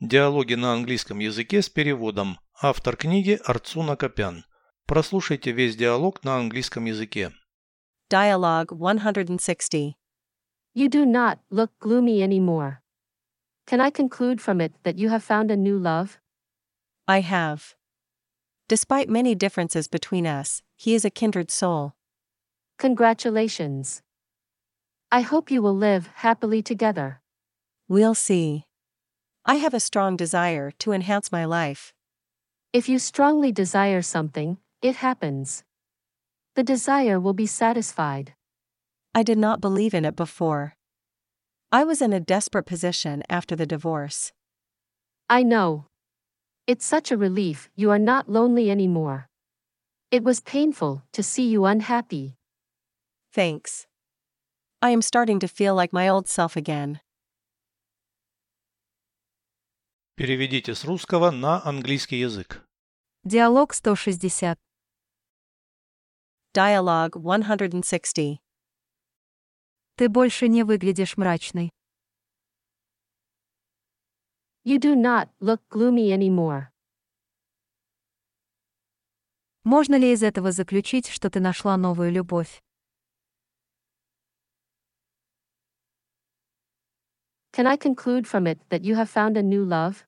Диалоги на английском языке с переводом. Автор книги Арцуна Копян. Прослушайте весь диалог на английском языке. Dialogue 160. You do not look gloomy anymore. Can I conclude from it that you have found a new love? I have. Despite many differences between us, he is a kindred soul. Congratulations. I hope you will live happily together. We'll see. I have a strong desire to enhance my life. If you strongly desire something, it happens. The desire will be satisfied. I did not believe in it before. I was in a desperate position after the divorce. I know. It's such a relief you are not lonely anymore. It was painful to see you unhappy. Thanks. I am starting to feel like my old self again. Переведите с русского на английский язык. Диалог 160. Dialogue 160. Ты больше не выглядишь мрачной. You do not look gloomy anymore. Можно ли из этого заключить, что ты нашла новую любовь? Can I conclude from it that you have found a new love?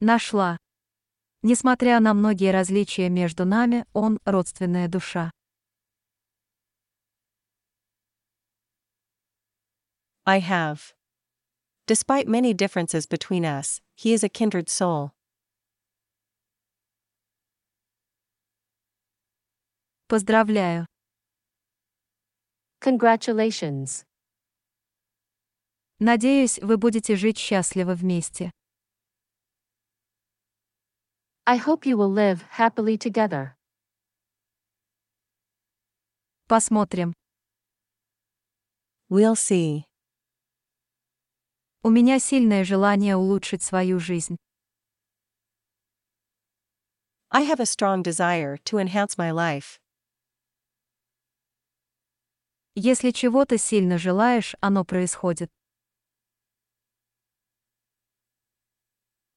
Нашла. Несмотря на многие различия между нами, он — родственная душа. I have. Despite many differences between us, he is a kindred soul. Поздравляю. Congratulations. Надеюсь, вы будете жить счастливо вместе. I hope you will live happily together. Посмотрим. We'll see. У меня сильное желание улучшить свою жизнь. I have a strong desire to enhance my life. Если чего-то сильно желаешь, оно происходит.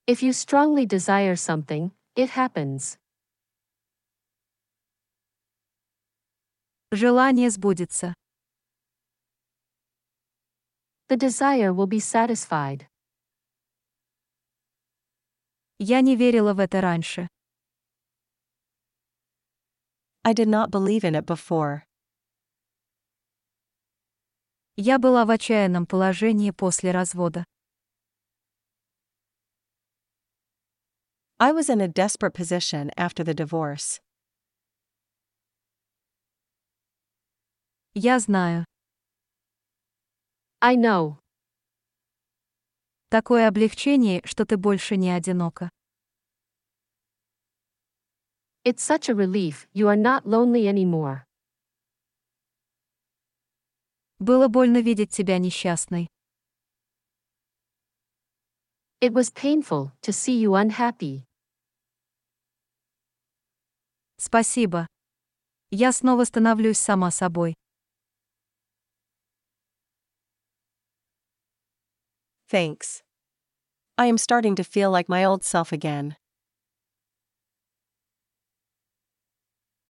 If you strongly desire something, it happens. Желание сбудется. The desire will be satisfied. Я не верила в это раньше. I did not believe in it before. Я была в отчаянном положении после развода. I was in a desperate position after the divorce. Я знаю. I know. Такое облегчение, что ты больше не одинока. It's such a relief you are not lonely anymore. Было больно видеть тебя несчастной. It was painful to see you unhappy. Спасибо. Я снова становлюсь сама собой. Thanks. I am starting to feel like my old self again.